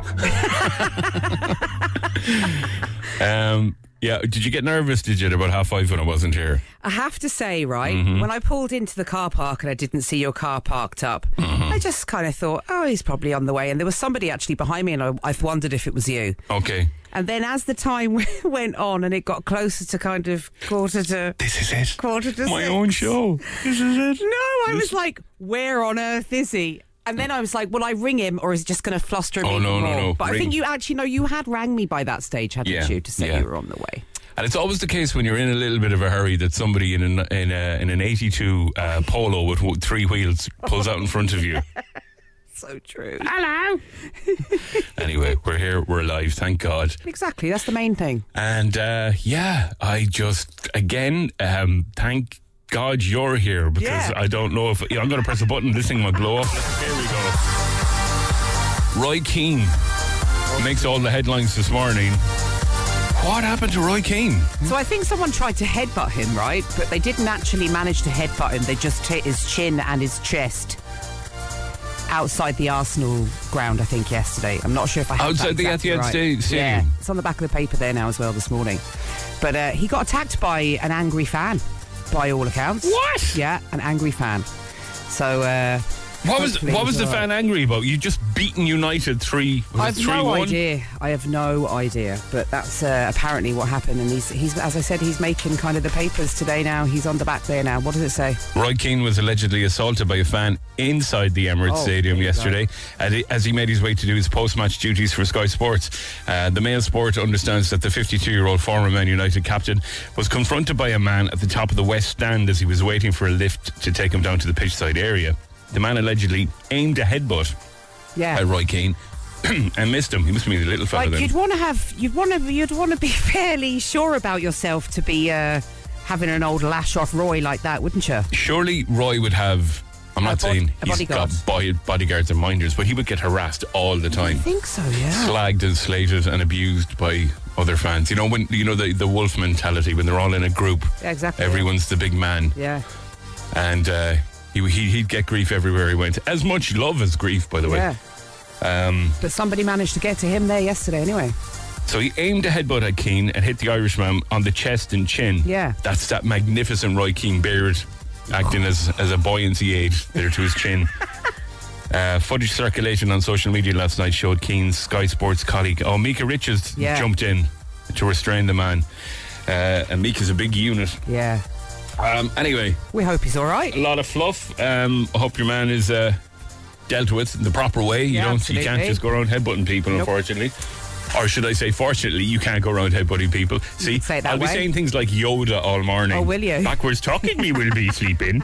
Speaker 3: um, yeah, did you get nervous? Did you at about half five when I wasn't here?
Speaker 10: I have to say, right,
Speaker 3: Mhm.
Speaker 10: when I pulled into the car park and I didn't see your car parked up,
Speaker 3: Mm-hmm.
Speaker 10: I just kind of thought, oh, he's probably on the way. And there was somebody actually behind me, and I, I wondered if it was you.
Speaker 3: Okay.
Speaker 10: And then as the time went on and it got closer to kind of quarter to.
Speaker 3: This is it.
Speaker 10: Quarter to
Speaker 3: My
Speaker 10: six.
Speaker 3: own show. This is it.
Speaker 10: No, I was like, where on earth is he? And then I was like, will I ring him or is it just going to fluster him?
Speaker 3: Oh,
Speaker 10: even
Speaker 3: no, no,
Speaker 10: more?
Speaker 3: no,
Speaker 10: But I
Speaker 3: ring.
Speaker 10: think you actually, no, you had rang me by that stage, hadn't you, to say you were on the way.
Speaker 3: And it's always the case when you're in a little bit of a hurry that somebody in an in, a, in an 82 uh, Polo with w- three wheels pulls out in front of you.
Speaker 10: So true. Hello.
Speaker 3: Anyway, we're here, we're alive, thank God.
Speaker 10: Exactly. That's the main thing.
Speaker 3: And uh, yeah, I just again um, thank God you're here because I don't know if yeah, I'm going to press a button. This thing might blow up. Here we go. Roy Keane makes all the headlines this morning. What happened to Roy Keane?
Speaker 10: So I think someone tried to headbutt him, right? But they didn't actually manage to headbutt him. They just hit his chin and his chest outside the Arsenal ground, I think, yesterday. I'm not sure if I have
Speaker 3: Outside
Speaker 10: that
Speaker 3: Oh, the
Speaker 10: exactly
Speaker 3: Etihad
Speaker 10: right.
Speaker 3: sta-
Speaker 10: Yeah,
Speaker 3: stadium.
Speaker 10: it's on the back of the paper there now as well this morning. But uh, he got attacked by an angry fan, by all accounts. What? Yeah, an angry fan. So uh,
Speaker 3: What was
Speaker 10: hopefully
Speaker 3: what was
Speaker 10: he's
Speaker 3: the
Speaker 10: all right.
Speaker 3: fan angry about? You just beaten United three. Was
Speaker 10: I've
Speaker 3: it three
Speaker 10: no
Speaker 3: one?
Speaker 10: idea. I have no idea. But that's uh, apparently what happened. And he's, he's, as I said, he's making kind of the papers today now. He's on the back there now. What does it say?
Speaker 3: Roy Keane was allegedly assaulted by a fan inside the Emirates
Speaker 10: Oh,
Speaker 3: Stadium
Speaker 10: there you
Speaker 3: yesterday as he- as he made his way to do his post match duties for Sky Sports. Uh, the Mail Sport understands that the 52 year old former Man United captain was confronted by a man at the top of the West Stand as he was waiting for a lift to take him down to the pitch side area. The man allegedly aimed a headbutt
Speaker 10: Yeah.
Speaker 3: at Roy Keane and missed him. He must mean a little fella
Speaker 10: Like
Speaker 3: then.
Speaker 10: you'd want to have, you'd want to, you'd want to be fairly sure about yourself to be uh, having an old lash off Roy like that, wouldn't you?
Speaker 3: Surely Roy would have. I'm not
Speaker 10: bod-
Speaker 3: saying
Speaker 10: a
Speaker 3: he's
Speaker 10: bodyguard.
Speaker 3: got boy- bodyguards and minders, but he would get harassed all the time.
Speaker 10: I think so, yeah.
Speaker 3: slagged and slated and abused by other fans. You know when you know the the wolf mentality when they're all in a group.
Speaker 10: Yeah, exactly.
Speaker 3: Everyone's the big man,
Speaker 10: Yeah.
Speaker 3: and uh, he, he he'd get grief everywhere he went. As much love as grief, by the way.
Speaker 10: Yeah.
Speaker 3: Um,
Speaker 10: But somebody managed to get to him there yesterday, anyway.
Speaker 3: so he aimed a headbutt at Keane and hit the Irishman on the chest and chin.
Speaker 10: Yeah.
Speaker 3: That's that magnificent Roy Keane beard acting as, as a buoyancy aid there to his chin. Uh, footage circulating on social media last night showed Keane's Sky Sports colleague, oh, Mika Richards,
Speaker 10: Yeah.
Speaker 3: jumped in to restrain the man. Uh, and Mika's a big unit.
Speaker 10: Yeah.
Speaker 3: Um, anyway,
Speaker 10: We hope he's all right.
Speaker 3: a lot of fluff. Um, I hope your man is uh, dealt with in the proper way. You
Speaker 10: Yeah,
Speaker 3: don't, you can't
Speaker 10: absolutely.
Speaker 3: just go around headbutting people,
Speaker 10: Nope.
Speaker 3: unfortunately. Or should I say, fortunately, you can't go around headbutting people. See,
Speaker 10: say it that
Speaker 3: I'll be
Speaker 10: way.
Speaker 3: saying things like Yoda all morning.
Speaker 10: Oh, will you?
Speaker 3: Backwards talking, me will be sleeping.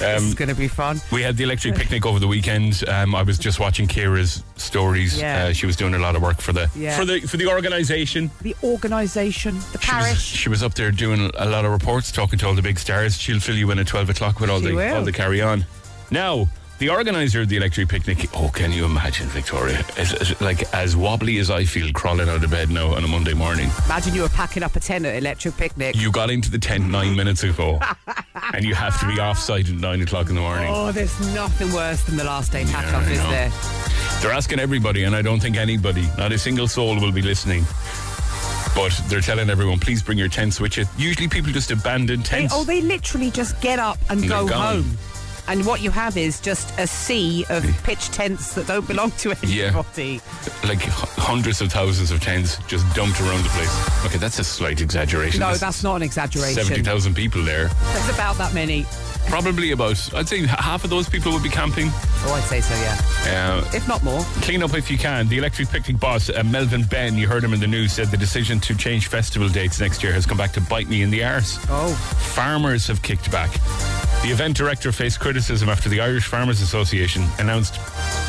Speaker 3: Um,
Speaker 10: It's going to be fun.
Speaker 3: we had the electric picnic over the weekend. Um, I was just watching Kira's stories.
Speaker 10: Yeah.
Speaker 3: Uh, she was doing a lot of work for the
Speaker 10: Yeah.
Speaker 3: for the for the organisation.
Speaker 10: The organisation, the parish.
Speaker 3: She was up there doing a lot of reports, talking to all the big stars. She'll fill you in at twelve o'clock with all
Speaker 10: She
Speaker 3: the
Speaker 10: will.
Speaker 3: all the carry on. Now, the organizer of the electric picnic. Oh, can you imagine, Victoria? It's, it's like as wobbly as I feel crawling out of bed now on a Monday morning.
Speaker 10: Imagine you were packing up a tent at Electric Picnic.
Speaker 3: You got into the tent nine minutes ago, and you have to be offside at nine o'clock in the morning.
Speaker 10: Oh, there's nothing worse than the last day pack up,
Speaker 3: I
Speaker 10: is
Speaker 3: know.
Speaker 10: there?
Speaker 3: They're asking everybody, and I don't think anybody, not a single soul, will be listening. But they're telling everyone, please bring your tents with you. Usually people just abandon
Speaker 10: They,
Speaker 3: tents.
Speaker 10: oh, they literally just get up
Speaker 3: And
Speaker 10: and,
Speaker 3: they're
Speaker 10: go
Speaker 3: gone.
Speaker 10: home. And what you have is just a sea of pitch tents that don't belong to
Speaker 3: Yeah.
Speaker 10: anybody.
Speaker 3: like h- hundreds of thousands of tents just dumped around the place. Okay, that's a slight exaggeration.
Speaker 10: No,
Speaker 3: There's
Speaker 10: that's not an exaggeration.
Speaker 3: 70,000 people there.
Speaker 10: There's about that many.
Speaker 3: Probably about, I'd say h- half of those people would be camping.
Speaker 10: Oh, I'd say so, yeah.
Speaker 3: Uh,
Speaker 10: If not more.
Speaker 3: Clean up if you can. The electric picnic boss, uh, Melvin Ben, you heard him in the news, said the decision to change festival dates next year has come back to bite me in the arse.
Speaker 10: Oh.
Speaker 3: Farmers have kicked back. The The event director faced criticism after the Irish Farmers Association announced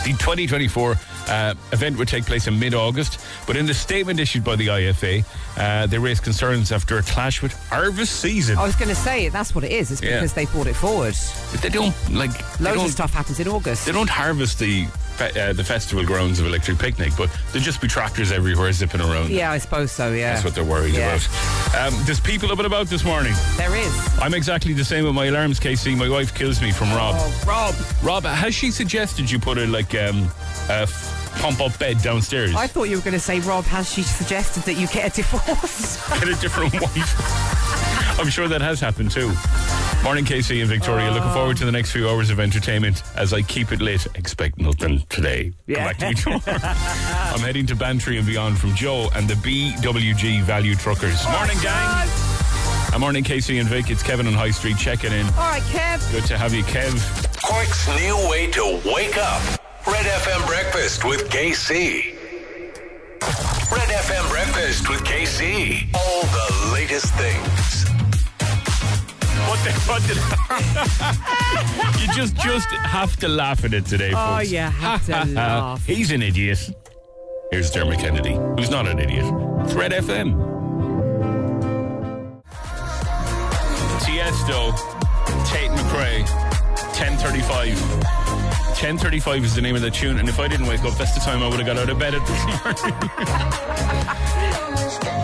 Speaker 3: the 2024 uh, event would take place in mid August. But in the statement issued by the IFA, uh, they raised concerns after a clash with Arvis season.
Speaker 10: I was going to say that's what it is. It's
Speaker 3: Yeah.
Speaker 10: because they brought it forward.
Speaker 3: But they don't like they
Speaker 10: loads
Speaker 3: don't-
Speaker 10: of stuff happens in August.
Speaker 3: They don't harvest the fe- uh, the festival grounds of Electric Picnic, but there'll just be tractors everywhere zipping around.
Speaker 10: Yeah, I suppose so. Yeah,
Speaker 3: That's what they're worried
Speaker 10: Yeah.
Speaker 3: about. Um, there's people up and about this morning.
Speaker 10: There is.
Speaker 3: I'm exactly the same with my alarms, Casey. My wife kills me from Rob.
Speaker 10: Oh, Rob.
Speaker 3: Rob, has she suggested you put a like um, a f- pump up bed downstairs?
Speaker 10: I thought you were going to say, Rob, has she suggested that you get a divorce?
Speaker 3: Get a different wife. I'm sure that has happened too. Morning, Casey and Victoria. Looking forward to the next few hours of entertainment as I keep it lit. Expect nothing today. Come back to you tomorrow. I'm heading to Bantry and beyond from Joe and the BWG Value Truckers. Morning, gang. And morning, Casey and Vic. It's Kevin on High Street checking in.
Speaker 10: All right, Kev.
Speaker 3: Good to have you, Kev.
Speaker 2: Cork's new way to wake up. Red FM Breakfast with KC. Red FM Breakfast with KC. All the latest things.
Speaker 3: What the? What the? you just just have to laugh at it today,
Speaker 10: Oh,
Speaker 3: folks.
Speaker 10: you have to laugh.
Speaker 3: He's an idiot. Here's Dermot Kennedy, who's not an idiot. It's Red FM. Tiesto, Tate McRae, 1035. 1035 is the name of the tune, and if I didn't wake up, that's the time I would have got out of bed at this morning.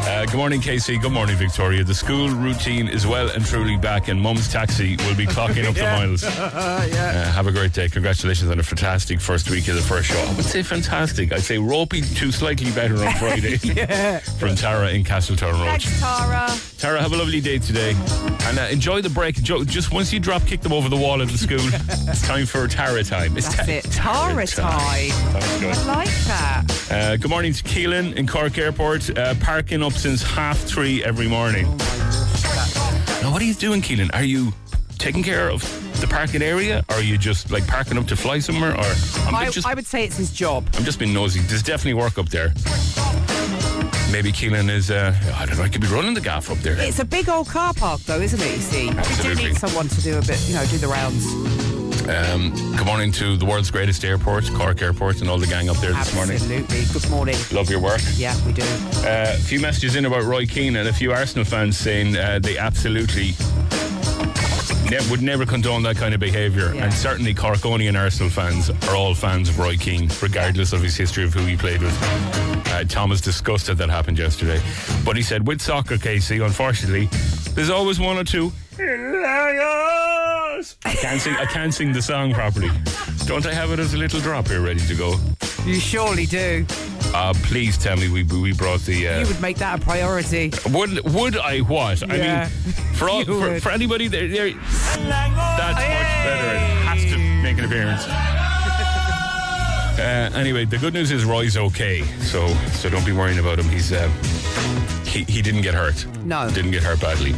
Speaker 3: Uh, good morning, Casey. Good morning, Victoria. The school routine is well and truly back, and Mum's taxi will be clocking up
Speaker 13: Yeah.
Speaker 3: the miles.
Speaker 13: yeah.
Speaker 3: Uh, have a great day. Congratulations on a fantastic first week of the first show. I would say fantastic. I'd say ropey to slightly better on Friday.
Speaker 10: Yeah.
Speaker 3: From Tara in Castletown Road.
Speaker 10: Thanks, Tara.
Speaker 3: Tara, have a lovely day today. And uh, enjoy the break. Jo- just once you drop kick them over the wall at the school, it's time for Tara time. It's
Speaker 10: That's
Speaker 3: ta-
Speaker 10: it. Tara time.
Speaker 3: Sounds good.
Speaker 10: I like that.
Speaker 3: Uh, good morning to Keelan in Cork Airport. Uh, parking up since half three every morning. Now, what are you doing, Keelan? Are you taking care of the parking area? Or are you just like parking up to fly somewhere? Or I'm
Speaker 10: I,
Speaker 3: just,
Speaker 10: I would say it's his job.
Speaker 3: I'm just being nosy. There's definitely work up there. Maybe Keelan is, uh, I don't know, I could be running the gaff up there.
Speaker 10: It's a big old car park, though, isn't it? You see, we do
Speaker 3: Absolutely.
Speaker 10: need someone to do a bit, you know, do the rounds.
Speaker 3: Um, good morning to the world's greatest airport, Cork Airport, and all the gang up there this morning.
Speaker 10: Absolutely. Good morning.
Speaker 3: Love your work.
Speaker 10: Yeah, we do.
Speaker 3: Uh, a few messages in about Roy Keane and a few Arsenal fans saying uh, they absolutely ne- would never condone that kind of behaviour. And certainly Corkonian Arsenal fans are all fans of Roy Keane, regardless of his history of who he played with. Uh, Tom is disgusted that happened yesterday. But he said, with soccer, Casey, unfortunately, there's always one or two. Hilarious! I can't sing, I can't sing the song properly. Don't I have it as a little drop here ready to go?
Speaker 10: You surely do.
Speaker 3: Uh, please tell me we, we brought the... Uh,
Speaker 10: You would make that a priority.
Speaker 3: would would I what? I
Speaker 10: Yeah.
Speaker 3: mean, for all,
Speaker 10: You
Speaker 3: for,
Speaker 10: would.
Speaker 3: for anybody there, there that's much better. It has to make an appearance. Uh, anyway, the good news is Roy's okay, so so don't be worrying about him. He's uh, he he didn't get hurt.
Speaker 10: No,
Speaker 3: didn't get hurt badly,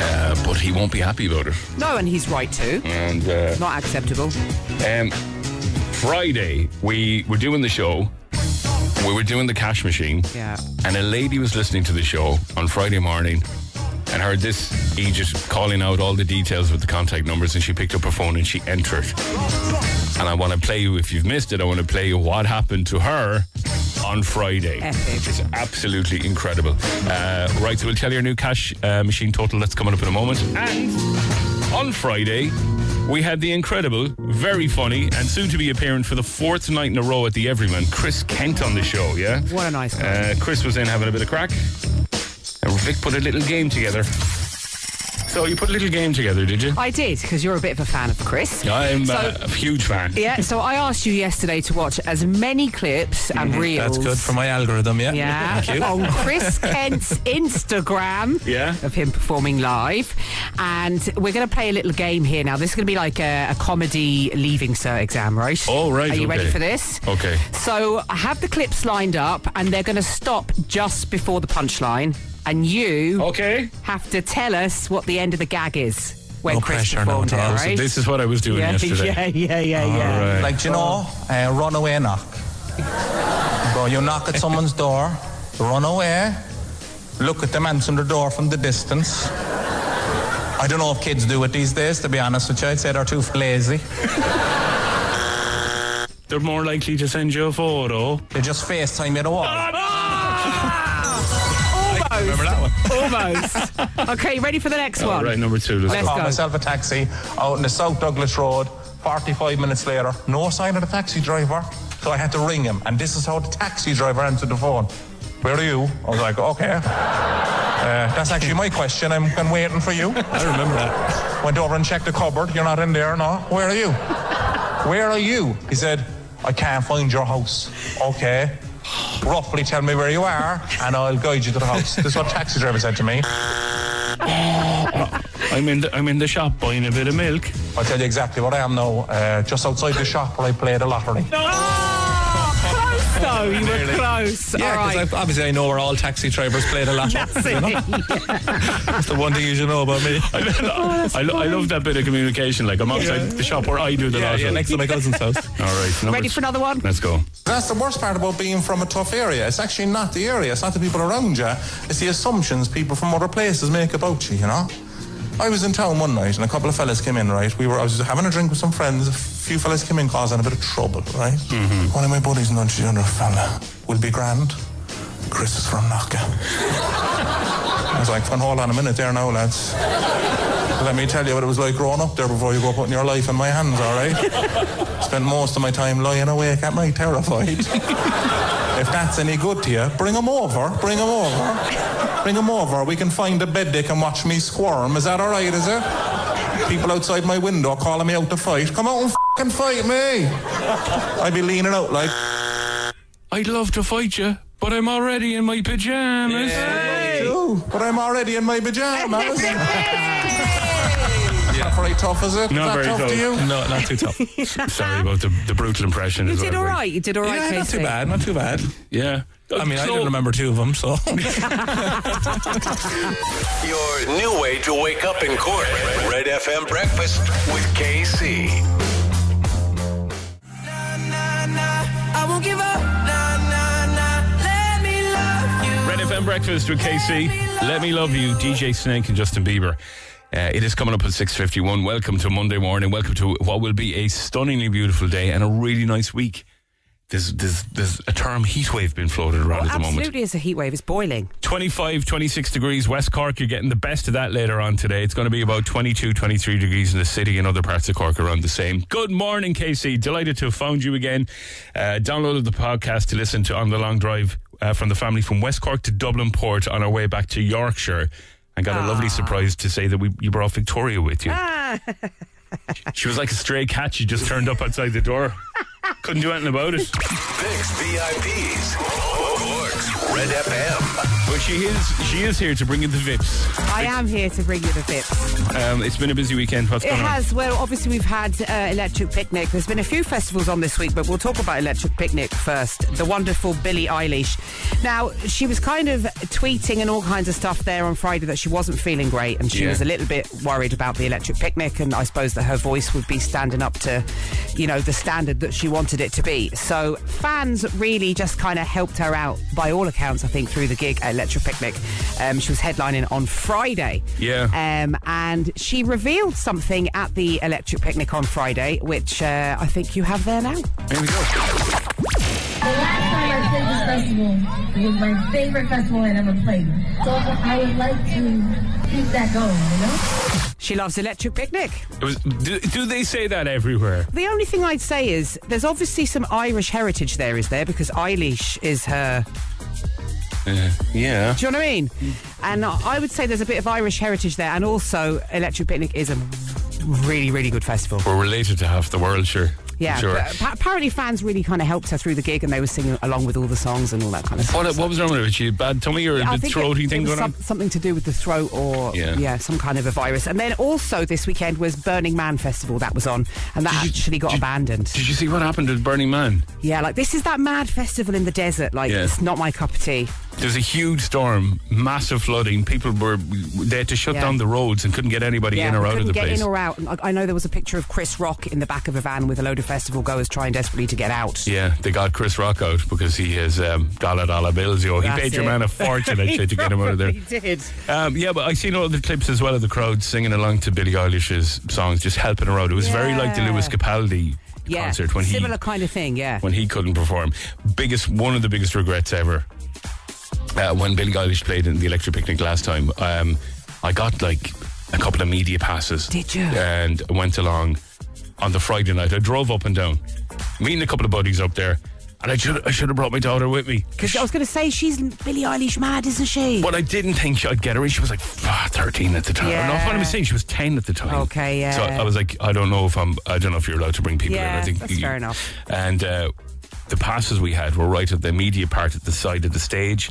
Speaker 3: uh, but he won't be happy about it.
Speaker 10: No, and he's right too.
Speaker 3: And uh,
Speaker 10: Not acceptable.
Speaker 3: um, Friday, we were doing the show. We were doing the cash machine.
Speaker 10: Yeah.
Speaker 3: And a lady was listening to the show on Friday morning and heard this Aegis calling out all the details with the contact numbers and she picked up her phone and she entered. And I want to play you, if you've missed it, I want to play you what happened to her on Friday. It's absolutely incredible. Uh, right, so we'll tell you our new cash uh, machine total that's coming up in a moment. And on Friday, we had the incredible, very funny, and soon to be appearing for the fourth night in a row at the Everyman, Chris Kent on the show, yeah?
Speaker 10: What a nice
Speaker 3: guy. Uh, Chris was in having a bit of crack. And Vic put a little game together. So you put a little game together, did you?
Speaker 10: I did because you're a bit of a fan of Chris.
Speaker 3: I'm
Speaker 10: So-
Speaker 3: uh, a huge fan.
Speaker 10: Yeah, so I asked you yesterday to watch as many clips and
Speaker 3: Mm-hmm.
Speaker 10: reels.
Speaker 14: That's good for my algorithm, yeah.
Speaker 10: Yeah,
Speaker 14: Thank you.
Speaker 10: on Chris Kent's Instagram
Speaker 14: Yeah.
Speaker 10: of him performing live. And we're going to play a little game here now. This is going to be like a, a comedy leaving cert exam, right?
Speaker 14: Oh,
Speaker 3: All right.
Speaker 10: Are you ready
Speaker 3: okay.
Speaker 10: for this?
Speaker 3: Okay.
Speaker 10: So I have the clips lined up, and they're going to stop just before the punchline, and you
Speaker 3: okay
Speaker 10: have to tell us what the end of the gag is when
Speaker 14: No
Speaker 10: Chris
Speaker 14: pressure, no
Speaker 10: performed it.
Speaker 14: doubt.
Speaker 10: Right?
Speaker 14: So this is what I was doing
Speaker 10: yeah,
Speaker 14: yesterday.
Speaker 10: Yeah, yeah, yeah, yeah.
Speaker 14: Like, do you know, uh, run away knock. Bro, you knock at someone's door, run away, look at them answering the door from the distance, I don't know if kids do it these days, to be honest with you. I'd say they're too lazy.
Speaker 3: They're more likely to send you a photo.
Speaker 14: They just FaceTime you the wall.
Speaker 10: Almost.
Speaker 14: that one.
Speaker 10: Almost. Okay, you ready for the next one?
Speaker 14: I
Speaker 10: Let's
Speaker 14: bought
Speaker 10: go.
Speaker 14: myself a taxi out in the South Douglas Road. 45 minutes later, no sign of the taxi driver. So I had to ring him. And this is how the taxi driver answered the phone. Where are you? I was like, okay. Uh, that's actually my question. I'm been waiting for you. I remember that. Went over and checked the cupboard. You're not in there, no. Where are you? Where are you? He said, I can't find your house. Okay. Roughly tell me where you are, and I'll guide you to the house. This is what taxi driver said to me.
Speaker 3: I'm in the, I'm in the shop buying a bit of milk.
Speaker 14: I'll tell you exactly what I am now. Uh, just outside the shop where I play the lottery.
Speaker 10: Oh, Close though, you were close.
Speaker 14: Yeah,
Speaker 10: All
Speaker 14: because
Speaker 10: right.
Speaker 14: obviously I know where all taxi drivers play the lottery.
Speaker 10: That's
Speaker 14: you know? That's the one thing you should know about me. Oh,
Speaker 3: I, lo- I love that bit of communication. Like I'm outside the shop where I do the
Speaker 14: Yeah,
Speaker 3: lottery.
Speaker 14: yeah, next to my cousin's house.
Speaker 3: All right. number
Speaker 14: Ready
Speaker 3: t-
Speaker 14: for another one?
Speaker 3: Let's go.
Speaker 14: That's the worst part about being from a tough area. It's actually not the area, it's not the people around you, it's the assumptions people from other places make about you, you know? I was in town one night and a couple of fellas came in, right? We were I was having a drink with some friends, a few fellas came in causing a bit of trouble, right? One of my buddies nudged the other fella, will be grand. Chris is from Knocker. I was like, "Well, hold on a minute there now, lads. Let me tell you what it was like growing up there before you go putting your life in my hands, all right? Spent most of my time lying awake at night terrified. if that's any good to you, bring 'em over, Bring 'em over. Bring 'em over. We can find a bed they can watch me squirm. Is that all right, is it? People outside my window calling me out to fight. Come out and fucking fight me. I'd be leaning out like...
Speaker 3: I'd love to fight you, but I'm already in my pajamas.
Speaker 14: "Ooh, But I'm already in my pajamas. Not very tough, is
Speaker 3: Not
Speaker 14: it? Is that
Speaker 3: very
Speaker 14: tough,
Speaker 3: tough.
Speaker 14: to you?
Speaker 3: No, not too tough. S- Sorry about the, the brutal impression.
Speaker 10: You
Speaker 3: as
Speaker 10: did
Speaker 3: well,
Speaker 10: all
Speaker 3: but-
Speaker 10: right. You did all right,
Speaker 14: yeah, not
Speaker 10: Casey.
Speaker 14: too bad, not too bad.
Speaker 3: Yeah.
Speaker 14: I mean, I
Speaker 3: So-
Speaker 14: didn't remember two of them, so.
Speaker 2: Your new way to wake up in Cork. Red FM Breakfast with KC.
Speaker 12: I won't give up. Nah, nah, nah. Let me love you.
Speaker 3: Red FM Breakfast with KC. Let me love you, DJ Snake and Justin Bieber. Uh, it is coming up at 6.51. Welcome to Monday morning. Welcome to what will be a stunningly beautiful day and a really nice week. There's, there's, there's a term heat wave being floated around
Speaker 10: Oh,
Speaker 3: at the moment.
Speaker 10: Absolutely, it's a heat wave. It's boiling.
Speaker 3: 25, 26 degrees West Cork. You're getting the best of that later on today. It's going to be about 22, 23 degrees in the city and other parts of Cork around the same. Good morning, Casey. Delighted to have found you again. Uh, downloaded the podcast to listen to on the long drive uh, from the family from West Cork to Dublin Port on our way back to Yorkshire. I got a lovely surprise to say that we, you brought Victoria with you. She was like a stray cat. She just turned up outside the door. Couldn't do anything about it.
Speaker 2: Picks VIPs. Cork's Red FM.
Speaker 3: But she is she is here to bring in the vips.
Speaker 10: I am here to bring you the vips.
Speaker 3: Um, it's been a busy weekend. What's
Speaker 10: It
Speaker 14: Mm.
Speaker 3: going on?
Speaker 10: has. Well, obviously, we've had uh, Electric Picnic. There's been a few festivals on this week, but we'll talk about Electric Picnic first. The wonderful Billie Eilish. Now, she was kind of tweeting and all kinds of stuff there on Friday that she wasn't feeling great, and she
Speaker 5: Yeah.
Speaker 10: was a little bit worried about the Electric Picnic, and I suppose that her voice would be standing up to, you know, the standard that she wanted it to be. So fans really just kind of helped her out, by all accounts, I think, through the gig at Electric Picnic. Um, she was headlining on Friday.
Speaker 3: Yeah.
Speaker 10: Um, and she revealed something at the electric picnic on Friday, which uh, I think you have there now.
Speaker 3: Here we go.
Speaker 15: my favorite festival was my favorite festival I ever played. So I would like to keep that going, you know?
Speaker 10: She loves electric picnic.
Speaker 3: It was, do, do they say that everywhere?
Speaker 10: The only thing I'd say is there's obviously some Irish heritage there, is there? Because Eilish is her.
Speaker 3: yeah.
Speaker 10: Do you know what I mean? And I I would say there's a bit of Irish heritage there, and also Electric Picnic is a really, really good festival.
Speaker 3: We're related to half the world, sure.
Speaker 10: yeah.
Speaker 3: Sure.
Speaker 10: but appa- apparently, fans really kind of helped her through the gig, and they were singing along with all the songs and all that kind of stuff.
Speaker 3: What, what was wrong with it? Was she bad tummy or
Speaker 10: I
Speaker 3: a
Speaker 10: think
Speaker 3: throaty
Speaker 10: it- it
Speaker 3: thing
Speaker 10: was
Speaker 3: going on?
Speaker 10: some- Something to do with the throat or yeah.
Speaker 3: Yeah.
Speaker 10: some kind of a virus. And then also this weekend was Burning Man Festival that was on, and that actually got abandoned.
Speaker 3: Did you see what happened at Burning Man?
Speaker 10: Yeah, like this is that mad festival in the desert. Like
Speaker 3: Yeah.
Speaker 10: it's not my cup of tea.
Speaker 3: There's a huge storm, massive flooding. People were they had to shut
Speaker 10: Yeah.
Speaker 3: down the roads and couldn't get anybody in or out
Speaker 10: we
Speaker 3: of
Speaker 10: couldn't
Speaker 3: the
Speaker 10: get
Speaker 3: place.
Speaker 10: in or out. And I- I know there was a picture of Chris Rock in the back of a van with a load of festival goers trying desperately to get out.
Speaker 3: yeah, they got Chris Rock out because he has um, dollar dollar bills. Yo, he
Speaker 10: That's
Speaker 3: paid your
Speaker 10: it.
Speaker 3: man a fortune
Speaker 10: He
Speaker 3: actually to get him out of there.
Speaker 10: probably did.
Speaker 3: Um, yeah, but I seen all the clips as well of the crowd singing along to Billie Eilish's songs, just helping her out. It was very like the
Speaker 10: Yeah.
Speaker 3: Lewis Capaldi
Speaker 10: Yeah,
Speaker 3: concert when he
Speaker 10: similar kind of thing. Yeah,
Speaker 3: when he couldn't perform. Biggest one of the biggest regrets ever. Uh, when Billy Eilish played in the Electric Picnic last time, um, I got like a couple of media passes. Did you? And went along on the Friday night. I drove up and down, meeting a couple of buddies up there, and I should I should have brought my daughter with me.
Speaker 10: because I was going to say she's Billie Eilish mad, isn't she?
Speaker 3: But I didn't think I'd get her in. She was like ah, 13 at the time.
Speaker 10: Yeah.
Speaker 3: No, what am I saying? She was 10 at the time.
Speaker 10: Okay, yeah.
Speaker 3: So I was like, I don't know if I'm, I don't know if you're allowed to bring people in.
Speaker 10: Yeah,
Speaker 3: I think
Speaker 10: that's fair enough.
Speaker 3: And uh, the passes we had were right at the media part at the side of the stage.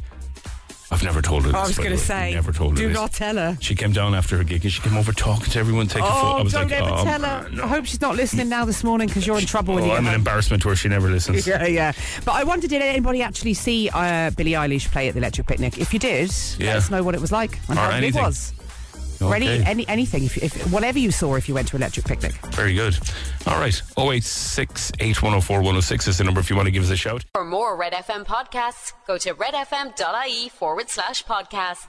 Speaker 3: I've never told her this.
Speaker 10: I was
Speaker 3: by the
Speaker 10: going to
Speaker 3: way.
Speaker 10: say,
Speaker 3: never told her
Speaker 10: do
Speaker 3: this.
Speaker 10: not tell her.
Speaker 3: She came down after her gig and she came over talking to everyone, taking photo. I
Speaker 10: oh,
Speaker 3: was
Speaker 10: don't
Speaker 3: like,
Speaker 10: ever
Speaker 3: oh,
Speaker 10: tell her. I hope she's not listening now this morning because you're in trouble when
Speaker 3: oh,
Speaker 10: you get
Speaker 3: I'm an
Speaker 10: home.
Speaker 3: embarrassment to her. She never listens.
Speaker 10: Yeah, yeah. But I wonder, did anybody actually see uh, Billie Eilish play at the Electric Picnic? If you did,
Speaker 3: Yeah.
Speaker 10: let us know what it was like and
Speaker 3: Or
Speaker 10: how big
Speaker 3: anything.
Speaker 10: it was. Or
Speaker 3: Okay.
Speaker 10: any, any, anything, if, if, whatever you saw if you went to Electric Picnic.
Speaker 3: Very good. All right. 086 is the number if you want to give us a shout.
Speaker 1: For more Red FM podcasts, go to redfm.ie forward slash podcasts.